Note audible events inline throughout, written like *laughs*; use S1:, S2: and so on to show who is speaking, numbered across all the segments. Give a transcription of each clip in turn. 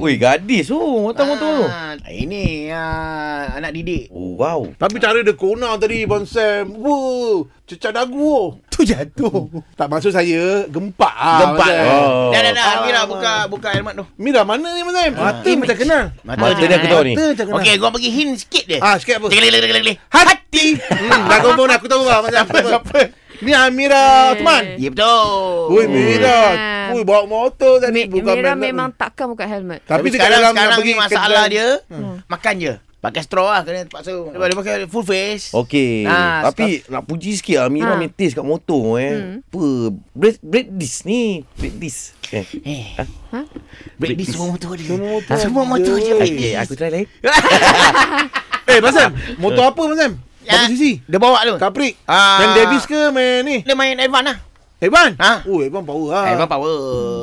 S1: Ui, gadis tu. Oh, Motong-motong tu.
S2: Ah, Ini ah, anak didik.
S1: Oh, wow.
S3: Tapi cara dia kona tadi Abang Sam. Wah, cecah dagu. Hmm.
S4: Tu jatuh.
S3: Tak maksud saya gempak ah.
S2: Gempak.
S3: Abang Sam.
S1: Oh.
S2: Dah dah dah
S3: Ah.
S2: Mira buka buka helmet tu.
S3: Mira mana ni Abang Sam? Mata macam kenal.
S1: Mata dia aku tahu ni.
S3: Mata macam kenal.
S2: Okey, gua bagi hint sikit dia.
S3: Ah, sikit apa?
S2: Tegel tegel tegel tegel.
S3: Hati. hmm, dah kau pun aku tahu lah. Abang Sam. *laughs* Siapa? Siapa? Ni Amira Osman.
S2: Ya betul.
S3: Ui, Mira.
S5: Ah.
S3: Ui, bawa motor tadi.
S5: Mi-
S3: Bukan
S5: Mira
S3: helmet.
S5: memang takkan buka helmet.
S3: Tapi dekat
S2: sekarang,
S3: dalam
S2: sekarang
S3: nak pergi
S2: ni masalah
S3: kedai-
S2: dia hmm. makan je. Pakai straw lah kena terpaksa. Dia, dia pakai full face.
S1: Okey.
S2: Ah,
S1: Tapi nak puji sikit Amira
S5: Ah.
S1: ha. metis kat motor eh.
S5: Hmm.
S1: Apa? Break, break this ni. Break this. Eh.
S2: Eh.
S5: Ha?
S2: Break this semua motor dia.
S3: Semua motor
S2: Semua
S3: dia.
S2: motor je. break
S1: Okay,
S2: this.
S1: aku try lain.
S3: Eh, Abang Sam. Motor apa Abang Sam? Berapa
S2: Ya.
S3: sisi?
S2: *laughs* Dia bawa tu.
S3: Capri.
S2: Ah.
S3: Dan Davis ke main ni?
S2: Dia main Evan lah.
S3: Evan.
S2: Ah.
S3: Oh, Evan power lah.
S2: Evan power.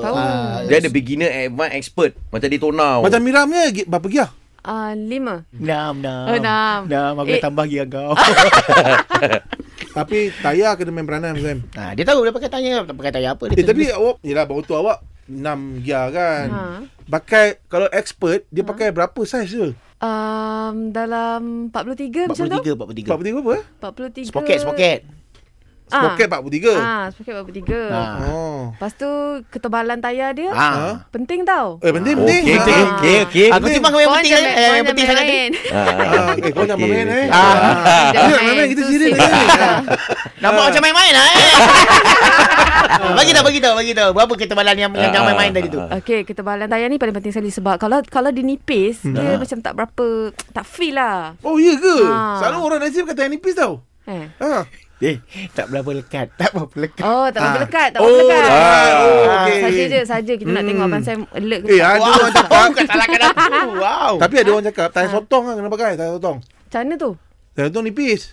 S5: Power.
S2: Ah,
S1: Dia ada beginner, advanced, expert. Macam Daytona.
S5: Oh.
S3: Macam Mira punya gi- berapa gear?
S5: Ah, lima. Oh,
S2: Enam, enam.
S5: Enam.
S2: Enam, aku
S5: Eh.
S2: dah tambah gear kau.
S3: Tapi tayar kena main peranan Abang Sam.
S2: Ah, dia tahu dia pakai tayar, tak pakai tayar apa. Dia
S3: Eh
S2: tahu.
S3: tapi awak Yelah motor awak 6 gear kan
S5: Ha.
S3: Pakai Kalau expert Dia pakai berapa saiz tu?
S5: Um, dalam 43 macam tu?
S2: 43, 43.
S3: 43
S5: Ah.
S3: berapa? eh?
S5: 43.
S2: Spoket, spoket.
S5: Ah.
S3: Sprocket 43
S5: Ah, spoket 43.
S2: Ah.
S3: Oh
S5: Lepas tu ketebalan tayar dia
S3: Ha?
S2: Ah.
S5: penting tau.
S3: Eh penting penting
S1: Okey, okey,
S3: Ah.
S1: okey, okey.
S2: Aku timbang kau yang
S5: Korang
S2: penting
S5: jangan-
S2: eh,
S5: korang
S2: yang penting
S5: jangan
S2: sangat tu.
S5: main.
S3: Ah, eh, kau jangan main eh.
S1: Ah.
S3: Ah.
S5: Jangan
S3: Kita nak main
S5: main,
S3: kita
S5: tu Ah.
S3: serius eh. Ah. ni.
S5: serius.
S2: Nampak macam main-main lah eh. bagi tahu, bagi tahu, bagi tahu. Berapa ketebalan yang yang jangan main-main tadi tu?
S5: Okey, ketebalan tayar ni paling penting sekali sebab kalau kalau dia nipis,
S2: Hmm. Ah.
S5: dia macam tak berapa tak feel lah.
S3: Oh iya ke?
S5: Ah.
S3: Selalu orang Nasib kata yang nipis tau.
S5: Eh.
S3: Ha.
S2: Eh, tak berapa lekat. Tak berapa lekat.
S5: Oh, tak berapa lekat, tak
S3: Oh,
S5: berapa lekat.
S3: lekat. Oh,
S5: Ah,
S3: okey. Hmm.
S5: Saja je, saja kita nak tengok abang saya alert ke.
S3: Eh ada
S2: Wow,
S3: orang cakap
S2: kau salahkan aku. Wow.
S3: Tapi ada orang
S5: Ah.
S3: cakap tayar sotong kan kena pakai tayar sotong.
S5: Macam mana tu?
S3: Tayar sotong nipis.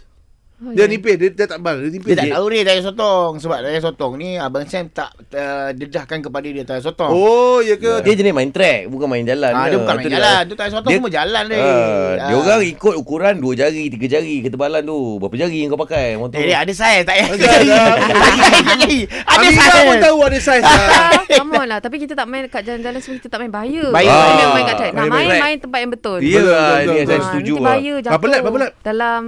S5: Oh,
S3: Dia
S5: ya.
S3: nipis dia, dia tak bal dia nipis.
S2: Dia tak tahu ni tayar sotong Sebab tayar sotong ni Abang Sam tak uh, dedahkan kepada dia tayar sotong
S3: Oh iya ke?
S1: Ah, Dia jenis main track, bukan main jalan.
S2: Ah, dia bukan main
S1: Tu
S2: jalan Tu tayar sotong
S1: dia-
S2: semua jalan ni
S1: Ah,
S2: Ah.
S1: dia orang ikut ukuran dua jari, tiga jari ketebalan tu. Berapa jari yang kau pakai motor?
S2: Eh, dia ada saiz tak payah
S3: Ada,
S2: cari.
S3: ada.
S2: Tak payah cari. *laughs* Ada
S3: Amira
S2: saiz
S3: pun tahu ada saiz.
S2: *laughs*
S3: Ah.
S5: Ah, *laughs* Come on lah Tapi kita tak main kat jalan-jalan semua Kita tak main bahaya
S2: Bahaya.
S5: Kita
S2: Ah.
S5: nak main kat track Nak
S1: Main-
S5: main,
S1: main-
S5: main tempat yang betul Ah,
S1: Ya,
S3: Betul,
S1: lah,
S3: betul,
S1: ini yang saya
S3: betul.
S1: setuju.
S5: nanti
S1: lah.
S5: bahaya jatuh
S3: Berapa lap, berapa lap?
S5: Dalam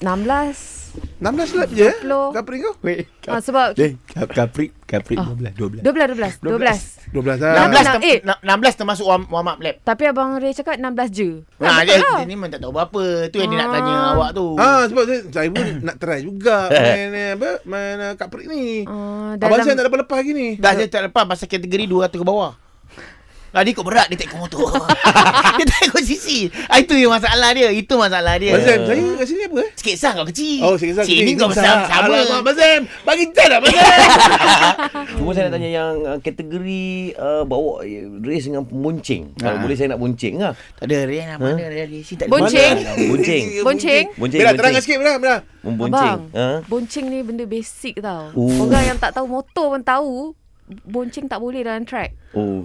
S5: 16
S3: 16 lap je. eh?
S5: 10.
S3: Kapri kau?
S2: Wait,
S5: ah, Sebab
S3: Eh,
S5: Ah.
S4: Deh, Capri, Capri 12, 12.
S5: 12 12 12
S3: 12 lah.
S5: Enam belas.
S2: 16 tem-
S5: Eh.
S2: na- 16 termasuk warm, warm up lap.
S5: Tapi Abang Ray cakap 16 je
S2: Ha,
S5: Ah,
S2: dia,
S5: betul lah.
S2: dia ni memang tak tahu berapa. Tu yang dia nak
S5: Ah.
S2: tanya awak tu.
S3: Ah sebab saya, saya pun nak try
S2: *laughs*
S3: juga main eh, apa main uh, kaprik ni.
S5: Ah,
S3: Abang
S5: dalam-
S3: saya tak dapat lepas lagi ni.
S2: Dah dia tak lepas pasal kategori 200 ke bawah. Lah dia ikut berat dia tak ikut motor. *laughs* dia tak ikut sisi. Ah, itu yang masalah dia. Itu masalah dia.
S3: Abang Sam, saya kat sini apa eh?
S2: Sikit sah kau kecil.
S3: Oh, saya kisah.
S2: Sini kau besar sama.
S3: Alamak, Abang Sam. Bagi tak dah, Abang Sam.
S1: Cuma saya nak tanya yang uh, kategori uh, bawa eh, race dengan bonceng. Kalau boleh saya nak bonceng lah.
S2: Tak ada Rian lah. Mana Rian di sini tak ada.
S5: Bonceng
S1: Bonceng.
S5: Bonceng
S1: Bonceng.
S3: Bila terangkan
S1: bonceng.
S3: sikit, Bila. Bila.
S1: Membonceng.
S5: Abang
S1: Ha?
S5: Bonceng ni benda basic tau
S1: Oh.
S5: Orang yang tak tahu motor pun tahu Bonceng tak boleh dalam track
S1: Oh.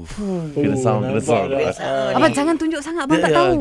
S1: Kena sound, kena sound. Ya, *laughs*
S5: Abang jangan tunjuk sangat Abang tak tahu